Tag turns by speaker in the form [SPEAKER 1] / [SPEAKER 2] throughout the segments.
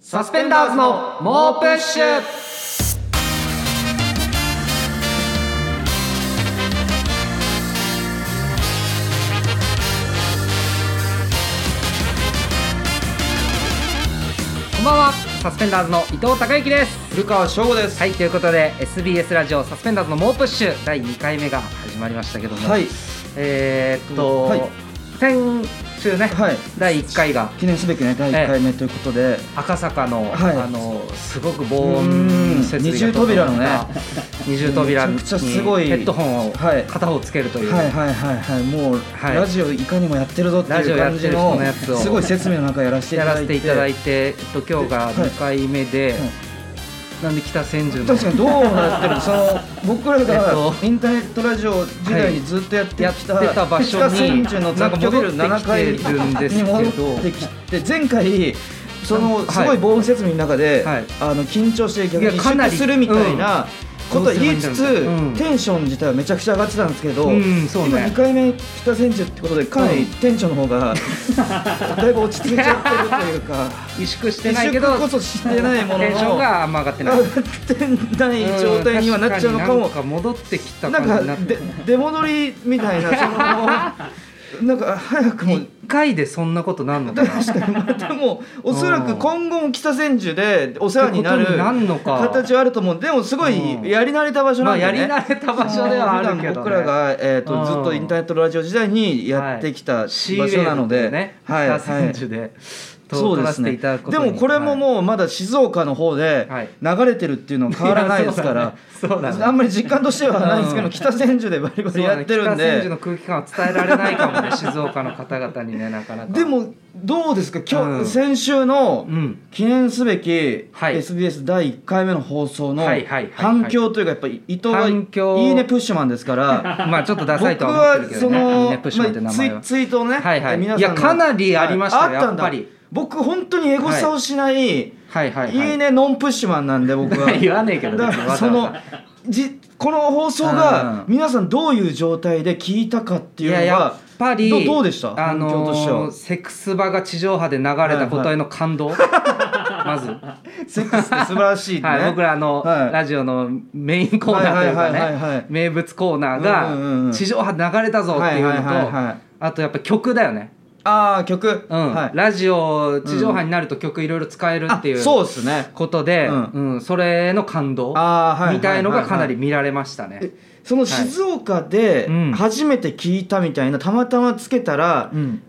[SPEAKER 1] サスペンダーズの猛プッシュこんばんはサスペンダーズの伊藤孝之です
[SPEAKER 2] 古川翔吾です。
[SPEAKER 1] はいということで SBS ラジオサスペンダーズの猛プッシュ第2回目が始まりましたけども、
[SPEAKER 2] はい。
[SPEAKER 1] えーっと、
[SPEAKER 2] はい
[SPEAKER 1] 先週ね、
[SPEAKER 2] はい
[SPEAKER 1] 第1回が
[SPEAKER 2] 記念すべきね第1回目ということで、
[SPEAKER 1] 赤坂の、
[SPEAKER 2] はい
[SPEAKER 1] あのすごく防音設備が
[SPEAKER 2] うん二重扉のね
[SPEAKER 1] 二重扉に
[SPEAKER 2] めちゃくちゃすごい
[SPEAKER 1] ヘッドホンを
[SPEAKER 2] はい
[SPEAKER 1] 片方つけるという、
[SPEAKER 2] はいはいはいはいもう、
[SPEAKER 1] はい
[SPEAKER 2] ラジオいかにもやってるぞって
[SPEAKER 1] ラジ
[SPEAKER 2] い
[SPEAKER 1] オ
[SPEAKER 2] う
[SPEAKER 1] や
[SPEAKER 2] 感
[SPEAKER 1] って
[SPEAKER 2] じ
[SPEAKER 1] る
[SPEAKER 2] の
[SPEAKER 1] 人のやつを
[SPEAKER 2] すごい説明の中やらせてい
[SPEAKER 1] や
[SPEAKER 2] た
[SPEAKER 1] ら
[SPEAKER 2] だ
[SPEAKER 1] せ
[SPEAKER 2] い
[SPEAKER 1] て
[SPEAKER 2] て
[SPEAKER 1] いただいて、えっと、今日が
[SPEAKER 2] ではい
[SPEAKER 1] 2回目で、
[SPEAKER 2] はい
[SPEAKER 1] なんで北千住の
[SPEAKER 2] 確かにどうなってるその僕ら
[SPEAKER 1] えっ
[SPEAKER 2] が
[SPEAKER 1] と
[SPEAKER 2] インターネットラジオ時代にずっとやってきた,、
[SPEAKER 1] やってた場所に
[SPEAKER 2] 北千住の雑居ビル
[SPEAKER 1] なん
[SPEAKER 2] 7
[SPEAKER 1] か戻ってきてるんで
[SPEAKER 2] 階
[SPEAKER 1] すけ
[SPEAKER 2] に
[SPEAKER 1] ど
[SPEAKER 2] 戻ってきて前回そ
[SPEAKER 1] はい
[SPEAKER 2] のすごい防音設備の中で、
[SPEAKER 1] はい
[SPEAKER 2] あの緊張して逆
[SPEAKER 1] い
[SPEAKER 2] に
[SPEAKER 1] やかなり
[SPEAKER 2] 萎縮するみたいなことは言いつつ、
[SPEAKER 1] うん
[SPEAKER 2] テンション自体はめちゃくちゃ上がってたんですけど、
[SPEAKER 1] うんそうね
[SPEAKER 2] 今2回目北千住ってことでかな
[SPEAKER 1] う
[SPEAKER 2] り
[SPEAKER 1] ん
[SPEAKER 2] テンションの方 がだいぶ落ち着いちゃってるというか
[SPEAKER 1] 萎縮 してないけど
[SPEAKER 2] 萎縮こそしてないものの
[SPEAKER 1] テンションがあんま上がってない
[SPEAKER 2] 上がってない状態にはなっちゃうのか
[SPEAKER 1] んなん
[SPEAKER 2] も
[SPEAKER 1] か戻ってきた
[SPEAKER 2] な
[SPEAKER 1] 感じに
[SPEAKER 2] ん
[SPEAKER 1] なっ
[SPEAKER 2] か
[SPEAKER 1] て
[SPEAKER 2] で
[SPEAKER 1] る
[SPEAKER 2] 出戻りみたい なそのなんか早くもう
[SPEAKER 1] 1回でそんなことなんのかな
[SPEAKER 2] 確かにまたもうおそらく今後も北千住でお世話にな
[SPEAKER 1] ってことになん
[SPEAKER 2] る
[SPEAKER 1] のか
[SPEAKER 2] 形はあると思うでもすご
[SPEAKER 1] うん
[SPEAKER 2] いやり慣れた場所
[SPEAKER 1] ま
[SPEAKER 2] な
[SPEAKER 1] あ
[SPEAKER 2] んで
[SPEAKER 1] やり
[SPEAKER 2] ね、
[SPEAKER 1] 慣れた場所ではあるけど、ね、
[SPEAKER 2] 普段僕らが、えー、
[SPEAKER 1] うん
[SPEAKER 2] とずっとインターネットラジオ時代にやってきた場
[SPEAKER 1] シーウェーブ
[SPEAKER 2] 所なので、
[SPEAKER 1] ね、
[SPEAKER 2] は
[SPEAKER 1] 北
[SPEAKER 2] い
[SPEAKER 1] 千
[SPEAKER 2] はい
[SPEAKER 1] 住で、
[SPEAKER 2] そ
[SPEAKER 1] そうう
[SPEAKER 2] で
[SPEAKER 1] ですす
[SPEAKER 2] ね
[SPEAKER 1] ね。
[SPEAKER 2] でもこれももうまだ静岡の方で
[SPEAKER 1] はい
[SPEAKER 2] 流れてるっていうのは変わらないですから、
[SPEAKER 1] そうなんです
[SPEAKER 2] あんまり実感としてはないんですけど、
[SPEAKER 1] うん
[SPEAKER 2] 北千住でバリバリやってるん
[SPEAKER 1] そうだね北千住
[SPEAKER 2] で
[SPEAKER 1] の空気感は伝えられないかもね、静岡の方々に ね、なかなか。
[SPEAKER 2] で、もどうですか今日、
[SPEAKER 1] うん
[SPEAKER 2] 先週の
[SPEAKER 1] うん、
[SPEAKER 2] 記念すべき
[SPEAKER 1] はい
[SPEAKER 2] SBS 第1回目の放送の
[SPEAKER 1] はいはいはいはい
[SPEAKER 2] 反響というかやっぱり伊藤は「い
[SPEAKER 1] 反響
[SPEAKER 2] いねプッシュマン」ですから。
[SPEAKER 1] まあちょっと ダ
[SPEAKER 2] 僕
[SPEAKER 1] サいとは思
[SPEAKER 2] は
[SPEAKER 1] ってるけ
[SPEAKER 2] そ
[SPEAKER 1] どね、
[SPEAKER 2] の、
[SPEAKER 1] いいねプッシュマンって
[SPEAKER 2] ま
[SPEAKER 1] 名
[SPEAKER 2] あツ
[SPEAKER 1] 前
[SPEAKER 2] イ
[SPEAKER 1] は。
[SPEAKER 2] ツイートをね、
[SPEAKER 1] はいはい
[SPEAKER 2] 皆さんの
[SPEAKER 1] いやかなりありましたよ
[SPEAKER 2] はいあった
[SPEAKER 1] や
[SPEAKER 2] んだ
[SPEAKER 1] っぱり
[SPEAKER 2] 僕本当にエゴサをしない、い
[SPEAKER 1] はいはい
[SPEAKER 2] い
[SPEAKER 1] はい。
[SPEAKER 2] ねノンプッシュマンなんで僕 は
[SPEAKER 1] 言わねえけど、
[SPEAKER 2] だ
[SPEAKER 1] 別
[SPEAKER 2] か
[SPEAKER 1] に
[SPEAKER 2] ら
[SPEAKER 1] わざ
[SPEAKER 2] そ
[SPEAKER 1] わざ
[SPEAKER 2] のじこの放送
[SPEAKER 1] うん
[SPEAKER 2] が皆さんどういう状態で聞いたかっていうの
[SPEAKER 1] や
[SPEAKER 2] は
[SPEAKER 1] やっぱり
[SPEAKER 2] どどうでした
[SPEAKER 1] あ
[SPEAKER 2] 反響として
[SPEAKER 1] のー、
[SPEAKER 2] は
[SPEAKER 1] セックス場が地上波で流れたことへの感 動、まず
[SPEAKER 2] セックスって素晴らしいね、
[SPEAKER 1] はい、僕らあの、
[SPEAKER 2] はい
[SPEAKER 1] ラジオのメインコーナーというか
[SPEAKER 2] はいはいはいはい
[SPEAKER 1] ね名物コーナー
[SPEAKER 2] うんうんう
[SPEAKER 1] が
[SPEAKER 2] ん
[SPEAKER 1] 地上波で流れたぞっていうのと、
[SPEAKER 2] はいはいはいはい
[SPEAKER 1] あとやっぱ曲だよね、
[SPEAKER 2] ああ曲、
[SPEAKER 1] うん
[SPEAKER 2] はい
[SPEAKER 1] ラジオ地上波になると曲いろいろ使えるっていう
[SPEAKER 2] あそうですね
[SPEAKER 1] ことで、う
[SPEAKER 2] うんん
[SPEAKER 1] それの感動
[SPEAKER 2] あーはいはいはいはい
[SPEAKER 1] みたいのがかなり見られましたね。
[SPEAKER 2] えその静岡で
[SPEAKER 1] うん
[SPEAKER 2] 初めて聞いたみたいなたまたまつけたら、
[SPEAKER 1] うん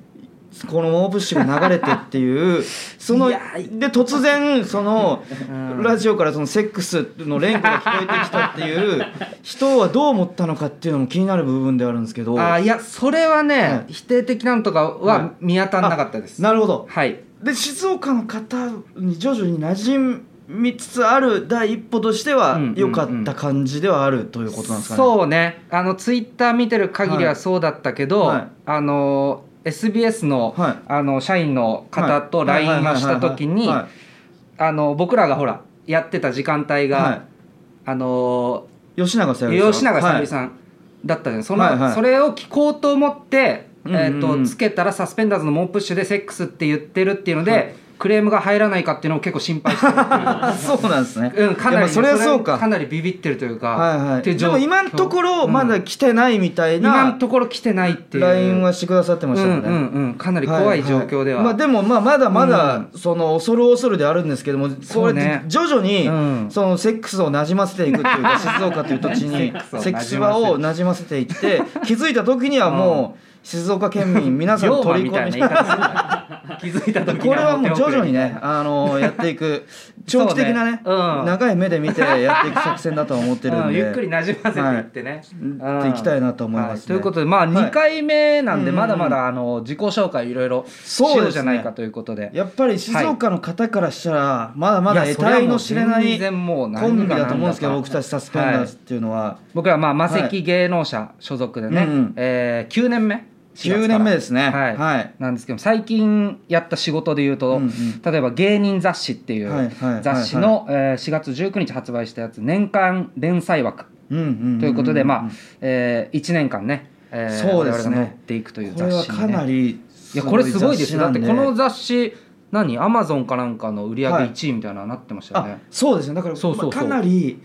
[SPEAKER 2] このモーブッシュが流れてっ ていうその
[SPEAKER 1] い
[SPEAKER 2] で
[SPEAKER 1] や
[SPEAKER 2] 突然その、
[SPEAKER 1] うん
[SPEAKER 2] ラジオからそのセックスの連呼が聞こえてきたっていう人はどう思ったのかっていうのも気になる部分ではあるんですけど
[SPEAKER 1] あーいやそれはね、
[SPEAKER 2] はい
[SPEAKER 1] 否定的なのとかは
[SPEAKER 2] は
[SPEAKER 1] 見当たらなかったです。
[SPEAKER 2] なるほど
[SPEAKER 1] はい、
[SPEAKER 2] で静岡の方に徐々に馴染みつつある第一歩としては
[SPEAKER 1] うんうんうん
[SPEAKER 2] 良かった感じではあるということなんですかね、
[SPEAKER 1] そうねあのツイッター見てる限りはそうだったけど、
[SPEAKER 2] はい
[SPEAKER 1] あの SBS の,、
[SPEAKER 2] はい
[SPEAKER 1] あの社員の方と
[SPEAKER 2] はい
[SPEAKER 1] LINE をした時に
[SPEAKER 2] はいはいはいはい
[SPEAKER 1] あの僕らがほらやってた時間帯が、
[SPEAKER 2] はい
[SPEAKER 1] あの
[SPEAKER 2] 吉永小百合さん
[SPEAKER 1] 吉永小百合
[SPEAKER 2] ん、
[SPEAKER 1] さんだったじゃんその、
[SPEAKER 2] はいはい
[SPEAKER 1] それを聞こうと思って、
[SPEAKER 2] うんうんうん
[SPEAKER 1] えー、とつけたらサスペンダーズの猛プッシュでセックスって言ってるっていうので、
[SPEAKER 2] はい
[SPEAKER 1] クレームが入らないかっていうのを結構心配して るっていう
[SPEAKER 2] はい そうなんですね、
[SPEAKER 1] うん、かな
[SPEAKER 2] や
[SPEAKER 1] り
[SPEAKER 2] っぱそれはそうか
[SPEAKER 1] かなりビビってるというか、
[SPEAKER 2] はいはい、
[SPEAKER 1] っていう
[SPEAKER 2] で
[SPEAKER 1] 状況
[SPEAKER 2] も今のところまだ来てないみたい
[SPEAKER 1] 今の
[SPEAKER 2] な
[SPEAKER 1] ところ来てないっていう
[SPEAKER 2] LINE はしてくださってましたもんね、
[SPEAKER 1] うんうんうんかなり怖い状況では、
[SPEAKER 2] いいまあ、でもまあまだまだその恐る恐るであるんですけども
[SPEAKER 1] そ
[SPEAKER 2] そうれ
[SPEAKER 1] ね
[SPEAKER 2] 徐々
[SPEAKER 1] うん
[SPEAKER 2] にそのセックスをなじませていくっていう か静岡という土地に
[SPEAKER 1] セックスを馴染ませる
[SPEAKER 2] セックス場をなじませてい って気づいた時にはもう静岡県民皆さん
[SPEAKER 1] 龍馬
[SPEAKER 2] 取り
[SPEAKER 1] みた
[SPEAKER 2] 込
[SPEAKER 1] い
[SPEAKER 2] み
[SPEAKER 1] な 言い方するな気づいた時
[SPEAKER 2] こ
[SPEAKER 1] に
[SPEAKER 2] れは
[SPEAKER 1] は
[SPEAKER 2] もう
[SPEAKER 1] 手
[SPEAKER 2] 徐
[SPEAKER 1] 遅れ
[SPEAKER 2] 々にねあのやっていく長期的なね
[SPEAKER 1] そうねうん
[SPEAKER 2] 長い目で見てやっていく作戦だとは思ってる
[SPEAKER 1] うんん
[SPEAKER 2] で、
[SPEAKER 1] ゆっくり馴染ませていってね、
[SPEAKER 2] はい
[SPEAKER 1] うん
[SPEAKER 2] いきたいなと思いますね
[SPEAKER 1] はということでまあ
[SPEAKER 2] い
[SPEAKER 1] 2回目なんで
[SPEAKER 2] うん
[SPEAKER 1] まだまだあの自己紹介いろいろし
[SPEAKER 2] そうですね
[SPEAKER 1] ようじゃないかということで
[SPEAKER 2] やっぱり静岡の方からしたらまだまだ
[SPEAKER 1] いや
[SPEAKER 2] 得体の知れ
[SPEAKER 1] それは
[SPEAKER 2] ない
[SPEAKER 1] もう全然もう何が
[SPEAKER 2] コンビだと思うんですけど
[SPEAKER 1] 何だか
[SPEAKER 2] 僕たちサスペンダーズっていうのは
[SPEAKER 1] 僕らまあ魔石芸能者所属でね、
[SPEAKER 2] はいうんうん
[SPEAKER 1] えー9年目
[SPEAKER 2] 9年目ですね
[SPEAKER 1] はい
[SPEAKER 2] はい
[SPEAKER 1] なんですけど最近やった仕事でいうと、
[SPEAKER 2] うんうん
[SPEAKER 1] 例えば「芸人雑誌」ってい
[SPEAKER 2] は
[SPEAKER 1] う
[SPEAKER 2] いはいはい
[SPEAKER 1] 雑誌のえー4月19日発売したやつ年間連載枠
[SPEAKER 2] うんうんん
[SPEAKER 1] ということで、まあえ1年間ね、えー
[SPEAKER 2] そうです
[SPEAKER 1] 我々
[SPEAKER 2] ね
[SPEAKER 1] がやっていくという
[SPEAKER 2] これ
[SPEAKER 1] 雑
[SPEAKER 2] は
[SPEAKER 1] 誌にね
[SPEAKER 2] かなり
[SPEAKER 1] いやこれすごいですよだってこの
[SPEAKER 2] 雑誌
[SPEAKER 1] 雑誌何アマゾンかなんかの売り上げ
[SPEAKER 2] はい
[SPEAKER 1] 1位みたいなのなってましたよね、
[SPEAKER 2] あそうですねだから
[SPEAKER 1] そうそうそう
[SPEAKER 2] まあかなり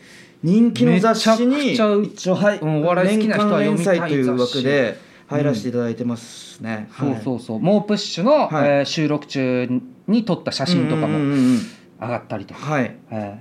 [SPEAKER 2] 人気の雑誌に
[SPEAKER 1] めちゃくちゃ
[SPEAKER 2] 一応はい、
[SPEAKER 1] うんお笑い好きな人は読みたい
[SPEAKER 2] 年間連載という枠で入らせていただいてますね、
[SPEAKER 1] そうそううそう、猛プッシュの、
[SPEAKER 2] はい
[SPEAKER 1] えー収録中に撮った写
[SPEAKER 2] 写
[SPEAKER 1] 真とかも
[SPEAKER 2] も
[SPEAKER 1] 上がったりとか、
[SPEAKER 2] はい
[SPEAKER 1] え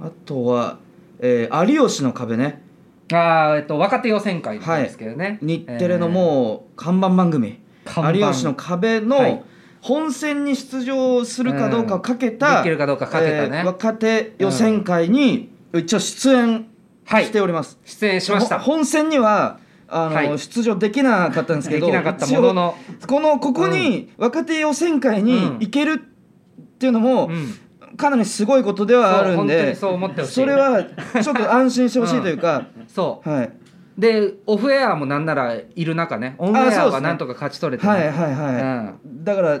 [SPEAKER 2] あとは、えー有吉の壁」ね
[SPEAKER 1] ーあーえっと若手予選会なんですけどね、
[SPEAKER 2] 日テレのもう看板番組「
[SPEAKER 1] えー、看板
[SPEAKER 2] 有吉の
[SPEAKER 1] は
[SPEAKER 2] 壁」
[SPEAKER 1] い
[SPEAKER 2] の本戦に出場するかどうかをかけた、
[SPEAKER 1] できるかどうかかけたね、
[SPEAKER 2] えー若手予選会に一応出演
[SPEAKER 1] はい
[SPEAKER 2] しております、
[SPEAKER 1] 出演しました
[SPEAKER 2] ほ本戦にはあの、
[SPEAKER 1] はい
[SPEAKER 2] 出場できなかったんですけ
[SPEAKER 1] で
[SPEAKER 2] ど
[SPEAKER 1] きなかったものの、
[SPEAKER 2] 一応このここに若手予選会に行けるっていうのも、
[SPEAKER 1] うん
[SPEAKER 2] かなりすごいことではあるんで
[SPEAKER 1] そう本当にそう思ってほしい
[SPEAKER 2] それはちょっと安心してほしいという か、
[SPEAKER 1] そう
[SPEAKER 2] はい、
[SPEAKER 1] でオフエアもなんならいる中ねオンエ
[SPEAKER 2] あそう
[SPEAKER 1] ア
[SPEAKER 2] です
[SPEAKER 1] は
[SPEAKER 2] ね
[SPEAKER 1] なんとか勝ち取れてね、
[SPEAKER 2] はいはいはい、だから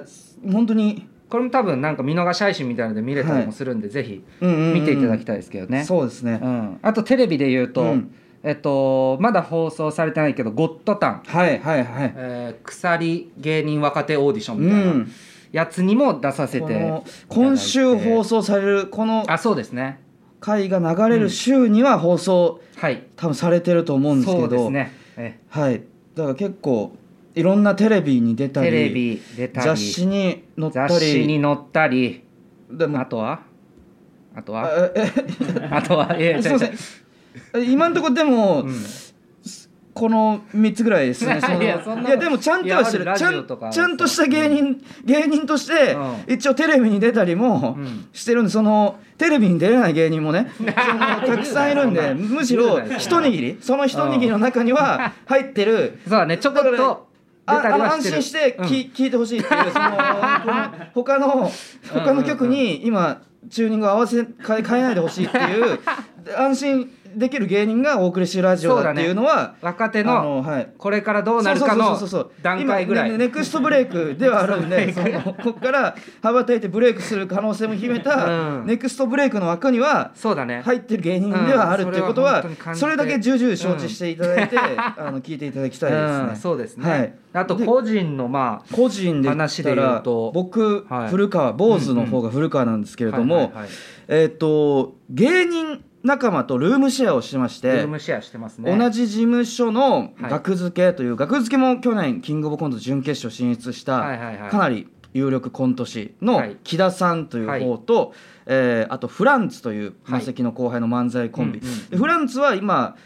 [SPEAKER 2] 本当に、
[SPEAKER 1] これも多分なんか見逃し配信みたいなので見れたりもするんで、ぜひ
[SPEAKER 2] うんうんうん
[SPEAKER 1] 見ていただきたいですけどね、
[SPEAKER 2] そうですね、
[SPEAKER 1] うん、あとテレビで言うと、
[SPEAKER 2] うん
[SPEAKER 1] えっと、まだ放送されてないけど「ゴッドタン」
[SPEAKER 2] はいはいはい
[SPEAKER 1] えー鎖芸人若手オーディション
[SPEAKER 2] う
[SPEAKER 1] みたいなんやつにも出させ
[SPEAKER 2] こ
[SPEAKER 1] て、
[SPEAKER 2] の今週放送されるこの
[SPEAKER 1] あそうですね
[SPEAKER 2] 回が流れる週には放送、
[SPEAKER 1] はい
[SPEAKER 2] 多分されてると思うんですけ
[SPEAKER 1] そうで
[SPEAKER 2] ど
[SPEAKER 1] すねえ
[SPEAKER 2] はいだから結構いろんなテレビに出たり
[SPEAKER 1] テレビ出たり
[SPEAKER 2] 雑誌に載ったり
[SPEAKER 1] 雑誌に載ったり
[SPEAKER 2] でも
[SPEAKER 1] あとはあとは
[SPEAKER 2] あえ
[SPEAKER 1] あとはいや
[SPEAKER 2] え
[SPEAKER 1] い
[SPEAKER 2] す
[SPEAKER 1] や
[SPEAKER 2] い
[SPEAKER 1] いや
[SPEAKER 2] ま せんえ今のところでも、
[SPEAKER 1] うん
[SPEAKER 2] この3つぐらいですねそ の
[SPEAKER 1] いやそんなの
[SPEAKER 2] いやでもちゃんとはして
[SPEAKER 1] い
[SPEAKER 2] る
[SPEAKER 1] やある
[SPEAKER 2] ちゃ
[SPEAKER 1] ラジオ
[SPEAKER 2] ん
[SPEAKER 1] とか
[SPEAKER 2] ちゃんとした芸人、芸人として、
[SPEAKER 1] う
[SPEAKER 2] 一応テレビに出たりも
[SPEAKER 1] うん
[SPEAKER 2] してるんでそのテレビに出れない芸人もね そのたくさんいるん
[SPEAKER 1] 言
[SPEAKER 2] で
[SPEAKER 1] うなよ
[SPEAKER 2] むしろ
[SPEAKER 1] 言うなよ
[SPEAKER 2] 一握りその一握りの中には入ってる
[SPEAKER 1] そうだねちょこっ
[SPEAKER 2] だから
[SPEAKER 1] と
[SPEAKER 2] あ
[SPEAKER 1] 出た
[SPEAKER 2] あ
[SPEAKER 1] り
[SPEAKER 2] の
[SPEAKER 1] は
[SPEAKER 2] 安
[SPEAKER 1] してる
[SPEAKER 2] 心して
[SPEAKER 1] うん
[SPEAKER 2] 聞,、聞いてほしいっていうそのこの他の他の曲に今チューニングを合わせ変え変えないでほしいっ ていうで安心できる芸人がお送りしてるラジオだっていうのは
[SPEAKER 1] 若手
[SPEAKER 2] あ
[SPEAKER 1] の
[SPEAKER 2] のはい
[SPEAKER 1] これからどうなるかの
[SPEAKER 2] そうそうそうそうそう
[SPEAKER 1] 段階ぐらい
[SPEAKER 2] 今ねネクストブレイクではある んでそのここから羽ばたいてブレイクする可能性も秘めた、
[SPEAKER 1] うん
[SPEAKER 2] ネクストブレイクの枠には
[SPEAKER 1] そうだね
[SPEAKER 2] 入ってる芸人ではあるっていうこと
[SPEAKER 1] うんそれは本
[SPEAKER 2] は,、
[SPEAKER 1] 当に感じて
[SPEAKER 2] それだけ重々承知していただいて、 あの聞いていただきたいですね。
[SPEAKER 1] うんそうですね、
[SPEAKER 2] はい
[SPEAKER 1] あと
[SPEAKER 2] で
[SPEAKER 1] 個人のま
[SPEAKER 2] 個人で言っ
[SPEAKER 1] 話で
[SPEAKER 2] た
[SPEAKER 1] 言
[SPEAKER 2] ら
[SPEAKER 1] うと
[SPEAKER 2] 僕、
[SPEAKER 1] はい
[SPEAKER 2] 古川坊主の方が古川なんですけ
[SPEAKER 1] あ
[SPEAKER 2] れども、
[SPEAKER 1] はいはいはい
[SPEAKER 2] えっ、と芸人仲間とルームシェアをしてまし
[SPEAKER 1] ル
[SPEAKER 2] て
[SPEAKER 1] ームシェアしてますね
[SPEAKER 2] 同じ事務所の
[SPEAKER 1] はい
[SPEAKER 2] 学付けという、学付けも去年キングオブコント準決勝進出した、
[SPEAKER 1] はいはいはい
[SPEAKER 2] かなり有力コント師の
[SPEAKER 1] はい
[SPEAKER 2] 木田さんという方と、えーあとフランツという
[SPEAKER 1] はい
[SPEAKER 2] マセキの後輩の漫才コンビ、
[SPEAKER 1] うんうん
[SPEAKER 2] でフランツは今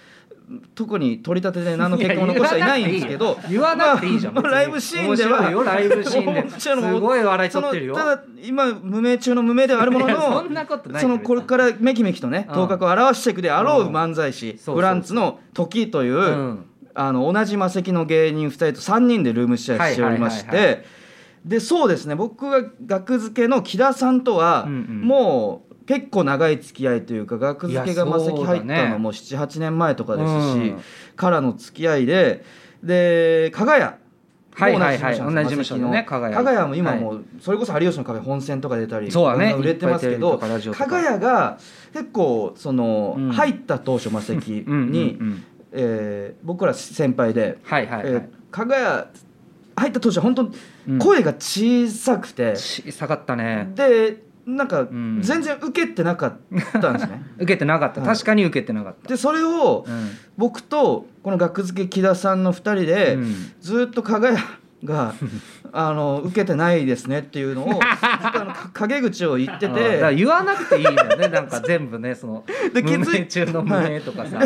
[SPEAKER 2] 特に取り立てで何の結果も残してはいないんですけど
[SPEAKER 1] 言わなく ていいじゃん、
[SPEAKER 2] まあまあライブシーンでは
[SPEAKER 1] 面白いよライブシーン
[SPEAKER 2] 面
[SPEAKER 1] で
[SPEAKER 2] 白いの
[SPEAKER 1] すごい笑い取ってるよ
[SPEAKER 2] そのただ今無名中の無名ではあるもの
[SPEAKER 1] いや
[SPEAKER 2] の
[SPEAKER 1] そんなことない
[SPEAKER 2] そのこれからめきめきとね
[SPEAKER 1] うん
[SPEAKER 2] 頭角を現していくであろう
[SPEAKER 1] うん
[SPEAKER 2] 漫才師
[SPEAKER 1] そうそう
[SPEAKER 2] フランツの時という、
[SPEAKER 1] うん
[SPEAKER 2] あの同じ魔石の芸人2人と3人でルームシェアしておりまして、
[SPEAKER 1] はいはいは
[SPEAKER 2] でそうですね僕が学付けの木田さんとは、
[SPEAKER 1] うんうん
[SPEAKER 2] もう結構長い付き合いというか学付けが魔石入ったのも78年前とかですし、
[SPEAKER 1] うん
[SPEAKER 2] からの付き合いでで加賀屋
[SPEAKER 1] はい
[SPEAKER 2] も
[SPEAKER 1] はいはい
[SPEAKER 2] 同じ事務
[SPEAKER 1] 同
[SPEAKER 2] 所
[SPEAKER 1] じ事務所のね
[SPEAKER 2] 加
[SPEAKER 1] 加
[SPEAKER 2] 賀
[SPEAKER 1] 賀
[SPEAKER 2] 屋
[SPEAKER 1] 屋
[SPEAKER 2] も今もうそれこそ有吉の壁本戦とか出たり
[SPEAKER 1] そうだね
[SPEAKER 2] いろんな売れてますけ
[SPEAKER 1] い
[SPEAKER 2] ど
[SPEAKER 1] っぱいテレビとかラジオと
[SPEAKER 2] 加
[SPEAKER 1] か
[SPEAKER 2] 賀屋が結構その、
[SPEAKER 1] うん
[SPEAKER 2] 入った当初魔石に、
[SPEAKER 1] うんうんうん
[SPEAKER 2] えー僕ら先輩で、
[SPEAKER 1] はいはいはい、
[SPEAKER 2] えー加賀屋入った当初は本当に
[SPEAKER 1] うん
[SPEAKER 2] 声が小さくて、
[SPEAKER 1] し下がったね
[SPEAKER 2] でなんか
[SPEAKER 1] ん
[SPEAKER 2] 全然受けてなかったんです ね。
[SPEAKER 1] 受けてなかった、
[SPEAKER 2] はい
[SPEAKER 1] 確かに受けてなかった
[SPEAKER 2] でそれを
[SPEAKER 1] うん
[SPEAKER 2] 僕とこの学付け木田さんの2人で、
[SPEAKER 1] うん
[SPEAKER 2] ずっと加賀屋 があの受けてないですねっていうのをずっとあのか陰口を言って
[SPEAKER 1] うんだから
[SPEAKER 2] て
[SPEAKER 1] 言わなくていいんだよ ねなんか全部ねその
[SPEAKER 2] で気づい
[SPEAKER 1] 無名中の無名とかさ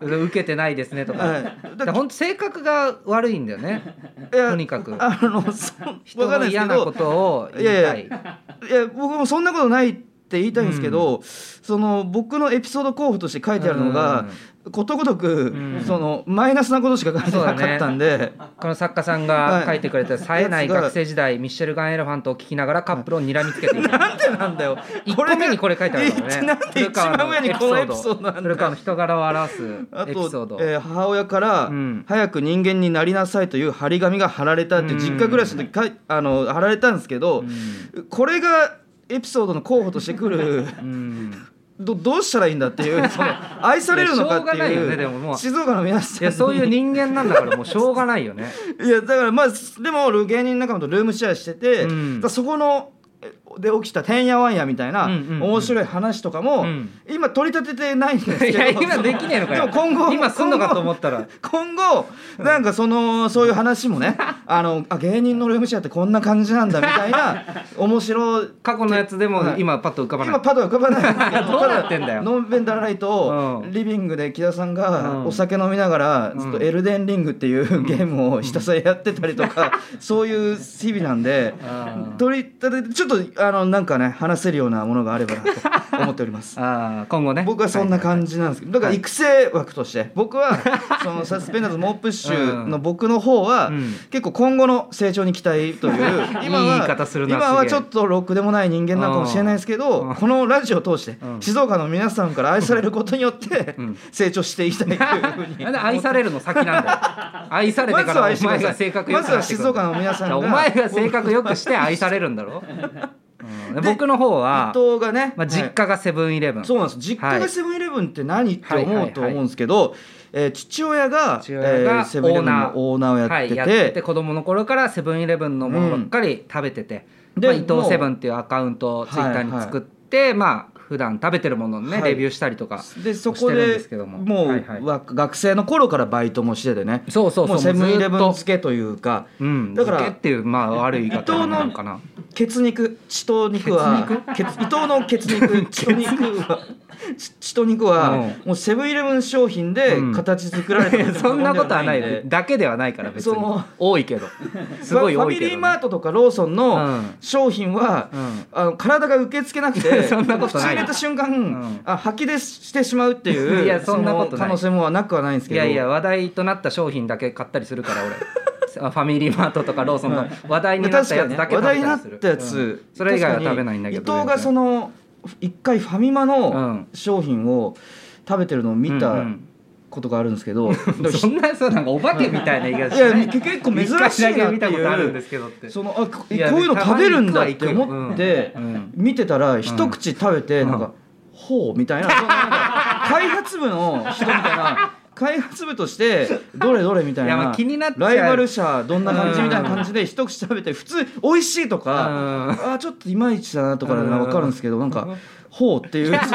[SPEAKER 1] 受けてないですねとか、
[SPEAKER 2] はい
[SPEAKER 1] だから本当性格が悪いんだよね
[SPEAKER 2] いや
[SPEAKER 1] とにかく
[SPEAKER 2] あのそん
[SPEAKER 1] 人
[SPEAKER 2] わかん
[SPEAKER 1] の
[SPEAKER 2] ないです
[SPEAKER 1] 嫌
[SPEAKER 2] け
[SPEAKER 1] なこ
[SPEAKER 2] ど
[SPEAKER 1] とを言いたい
[SPEAKER 2] いやいいや僕もそんなことないって言いたいんですけど、その僕のエピソード候補として書いてあるのが、ことごとく、
[SPEAKER 1] うん
[SPEAKER 2] そのマイナスなことしか書いてなかったんで、
[SPEAKER 1] この作家さん
[SPEAKER 2] は
[SPEAKER 1] が
[SPEAKER 2] い
[SPEAKER 1] 書いてくれた「冴えない学生時代ミッシェル・ガン・エレファント」を聞きながらカップルを睨みつけていた
[SPEAKER 2] なんでなんだよ
[SPEAKER 1] 1個目にこれ書いてあるからね
[SPEAKER 2] 一なんで一番上にこのエピソードなんだよ
[SPEAKER 1] 古川の人柄を表す
[SPEAKER 2] あ
[SPEAKER 1] エピソード
[SPEAKER 2] と、えー母親から、
[SPEAKER 1] うん
[SPEAKER 2] 早く人間になりなさい」という張り紙が貼られたって
[SPEAKER 1] うん
[SPEAKER 2] 実家暮らしの時かいあの貼られたんですけど、これがエピソードの候補としてくる
[SPEAKER 1] うん
[SPEAKER 2] どどうしたらいいんだっていうその愛されるのかって
[SPEAKER 1] いやしょうがないよね
[SPEAKER 2] い
[SPEAKER 1] でもも
[SPEAKER 2] う
[SPEAKER 1] う
[SPEAKER 2] 静岡の皆さん
[SPEAKER 1] いやそういう
[SPEAKER 2] に
[SPEAKER 1] 人間なんだからもうしょうがないよね
[SPEAKER 2] いやだからまあでも俺芸人仲間とルームシェアしてて、
[SPEAKER 1] うん
[SPEAKER 2] だからそこのえで起きたてんやわんやみたいな
[SPEAKER 1] うんうんうん
[SPEAKER 2] 面白い話とかも、
[SPEAKER 1] うん
[SPEAKER 2] 今取り立ててないんですけ
[SPEAKER 1] い
[SPEAKER 2] ど
[SPEAKER 1] や今できねえのかよ
[SPEAKER 2] でも今後
[SPEAKER 1] 今すんのかと思ったら
[SPEAKER 2] 今後なんかそのそういう話も ねあのあ芸人のルームシェアってこんな感じなんだみたいな面白い
[SPEAKER 1] 過去のやつでも今パッと浮かばない
[SPEAKER 2] 今パドは浮かばないんですけ
[SPEAKER 1] どうなってんだよ
[SPEAKER 2] たノンベンダーライトを
[SPEAKER 1] うん
[SPEAKER 2] リビングで木田さん
[SPEAKER 1] う
[SPEAKER 2] が
[SPEAKER 1] ん
[SPEAKER 2] お酒飲みながら
[SPEAKER 1] うん
[SPEAKER 2] ずっとエルデンリングっていうゲームをひたすらやってたり とかそういう日々なんで
[SPEAKER 1] あー
[SPEAKER 2] 取り立ててちょっとあのなんかね話せるようなものがあればなと思っており ます。
[SPEAKER 1] あー今後ね
[SPEAKER 2] 僕はそんな
[SPEAKER 1] じ、
[SPEAKER 2] 感じなんですけどだから育成枠として僕はそのサスペンダーズ猛プッシュの僕の方は
[SPEAKER 1] うん
[SPEAKER 2] 結構今後の成長に期待という 今
[SPEAKER 1] いい言い
[SPEAKER 2] は
[SPEAKER 1] 方するな
[SPEAKER 2] 今は
[SPEAKER 1] すげえ
[SPEAKER 2] ちょっとロックでもない人間なのかもしれないですけ
[SPEAKER 1] うんう
[SPEAKER 2] ど
[SPEAKER 1] ん
[SPEAKER 2] このラジオを通して
[SPEAKER 1] うん
[SPEAKER 2] 静岡の皆さんから愛されることによって
[SPEAKER 1] うん
[SPEAKER 2] 成長していきたいというふう
[SPEAKER 1] なん
[SPEAKER 2] に
[SPEAKER 1] で愛されるの先なんだ よ愛されてか
[SPEAKER 2] まず
[SPEAKER 1] ら
[SPEAKER 2] は
[SPEAKER 1] お
[SPEAKER 2] 愛してください
[SPEAKER 1] 前が性格良くなってく
[SPEAKER 2] まずは静岡の皆さんが
[SPEAKER 1] お前が性格良くして愛されるんだ ろ、うんで僕の方は、
[SPEAKER 2] 伊藤がね
[SPEAKER 1] まあ、実家がセブンイレブン
[SPEAKER 2] そうなんです実家
[SPEAKER 1] は
[SPEAKER 2] が
[SPEAKER 1] い
[SPEAKER 2] セブンイレブンって何って
[SPEAKER 1] はいはい
[SPEAKER 2] 思
[SPEAKER 1] は
[SPEAKER 2] う
[SPEAKER 1] い
[SPEAKER 2] と思うんですけど、えー父親が
[SPEAKER 1] 父親が
[SPEAKER 2] えーセブンイレブンのオーナーをやっ
[SPEAKER 1] は
[SPEAKER 2] て
[SPEAKER 1] い、
[SPEAKER 2] て,、
[SPEAKER 1] やってて子供の頃からセブンイレブンのものばっかり食べてて、
[SPEAKER 2] うん
[SPEAKER 1] まあ、
[SPEAKER 2] で
[SPEAKER 1] 伊
[SPEAKER 2] もう
[SPEAKER 1] 藤セブンっていうアカウントをツイッターに作って、まあ普段食べてるものをね、
[SPEAKER 2] はい
[SPEAKER 1] レビューしたりとか
[SPEAKER 2] でそ
[SPEAKER 1] し
[SPEAKER 2] こ
[SPEAKER 1] てるん
[SPEAKER 2] で
[SPEAKER 1] ですけども
[SPEAKER 2] もう、
[SPEAKER 1] はいはい
[SPEAKER 2] わ学生の頃からバイトもしててね
[SPEAKER 1] そうそうそう
[SPEAKER 2] もうセブンイレブン
[SPEAKER 1] もうず
[SPEAKER 2] 漬けというか
[SPEAKER 1] っとうん
[SPEAKER 2] だ
[SPEAKER 1] だ
[SPEAKER 2] か
[SPEAKER 1] かららっていうまあ悪い言い方なのかな
[SPEAKER 2] 血肉血と肉は血伊藤の血 肉血肉は血 血と肉はもうセブンイレブン商品で
[SPEAKER 1] うん
[SPEAKER 2] 形作られてる
[SPEAKER 1] そんなことはない
[SPEAKER 2] もので
[SPEAKER 1] でだけではないから別
[SPEAKER 2] そ
[SPEAKER 1] に
[SPEAKER 2] の
[SPEAKER 1] 多いけ どすごい
[SPEAKER 2] ファ
[SPEAKER 1] 多
[SPEAKER 2] ミ
[SPEAKER 1] いけ
[SPEAKER 2] リ
[SPEAKER 1] ど、
[SPEAKER 2] ーマ
[SPEAKER 1] ね
[SPEAKER 2] ー、トとかローソン
[SPEAKER 1] う
[SPEAKER 2] の
[SPEAKER 1] ん
[SPEAKER 2] 商品は、
[SPEAKER 1] うん
[SPEAKER 2] あの体が受け付けなくて
[SPEAKER 1] そんなことない
[SPEAKER 2] 口入れた瞬間、
[SPEAKER 1] ん
[SPEAKER 2] あ吐き出してしまうっていう
[SPEAKER 1] いやそんなことない
[SPEAKER 2] その可能性もなくはないんです
[SPEAKER 1] い
[SPEAKER 2] けど
[SPEAKER 1] やいや話題となった商品だけ買ったりするから俺 あファミリーマートとかローソンの話題になったやつだけ
[SPEAKER 2] 確
[SPEAKER 1] 食
[SPEAKER 2] か
[SPEAKER 1] べ
[SPEAKER 2] にね話題
[SPEAKER 1] たりす
[SPEAKER 2] になっ
[SPEAKER 1] る
[SPEAKER 2] たやつ、
[SPEAKER 1] うんそれ以外は
[SPEAKER 2] 確か
[SPEAKER 1] 食
[SPEAKER 2] に
[SPEAKER 1] べないんだけど
[SPEAKER 2] 伊藤がその一回ファミマの
[SPEAKER 1] ん
[SPEAKER 2] 商品を食べてるのを見
[SPEAKER 1] うんう
[SPEAKER 2] た
[SPEAKER 1] ん
[SPEAKER 2] ことがあるんですけど、で も
[SPEAKER 1] そんなそうなんかお化けみたいな言い方
[SPEAKER 2] い
[SPEAKER 1] し
[SPEAKER 2] や
[SPEAKER 1] ない
[SPEAKER 2] 結構珍しいなって
[SPEAKER 1] 一回だけ見たことあるん
[SPEAKER 2] い
[SPEAKER 1] で
[SPEAKER 2] う
[SPEAKER 1] すけどって
[SPEAKER 2] そのあここう
[SPEAKER 1] いや
[SPEAKER 2] いうの食べるんだって
[SPEAKER 1] た
[SPEAKER 2] 思
[SPEAKER 1] ま
[SPEAKER 2] っ
[SPEAKER 1] に行くは行
[SPEAKER 2] て
[SPEAKER 1] くようんうん
[SPEAKER 2] 見てたら一口食べてなんか
[SPEAKER 1] うん
[SPEAKER 2] 「ほう」みたいなそのなんか開発部の人みたい な。開発部としてどれどれみたい
[SPEAKER 1] いやま
[SPEAKER 2] な
[SPEAKER 1] あ気になっちゃう
[SPEAKER 2] ライバル社どんな感じみたいな感じで一口食べて普通美味しいとか
[SPEAKER 1] う
[SPEAKER 2] あーちょっといまいちだなとかなら分かるんですけどなんか
[SPEAKER 1] うん
[SPEAKER 2] 「ほう」っ ていうそれだ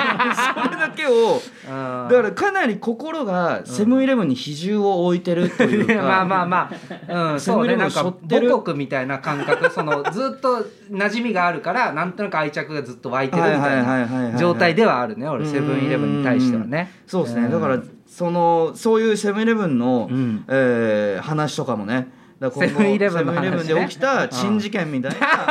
[SPEAKER 2] けを
[SPEAKER 1] だ
[SPEAKER 2] だからかなり心がセブンイレブンに比重を置いてるというか
[SPEAKER 1] まあまあまあ、うん、そうね、なん
[SPEAKER 2] セブ
[SPEAKER 1] か
[SPEAKER 2] ンイレブン背負ってる
[SPEAKER 1] 母国みたいな感覚、そのずっと馴染みがあるから、なんとなく愛着がずっと湧いてるみたい
[SPEAKER 2] はいはいはいはいはいは
[SPEAKER 1] ない状態ではあるね、俺、セブンイレブンに対してはね。
[SPEAKER 2] そうですね、
[SPEAKER 1] ん
[SPEAKER 2] だからそのそういうセブンイレブンの、
[SPEAKER 1] うん
[SPEAKER 2] えー話とかもねだから今後
[SPEAKER 1] セブンイレブンの
[SPEAKER 2] セ
[SPEAKER 1] 話ね
[SPEAKER 2] ブンイレブンで起きた珍事件みたい
[SPEAKER 1] ちょ
[SPEAKER 2] なのを今後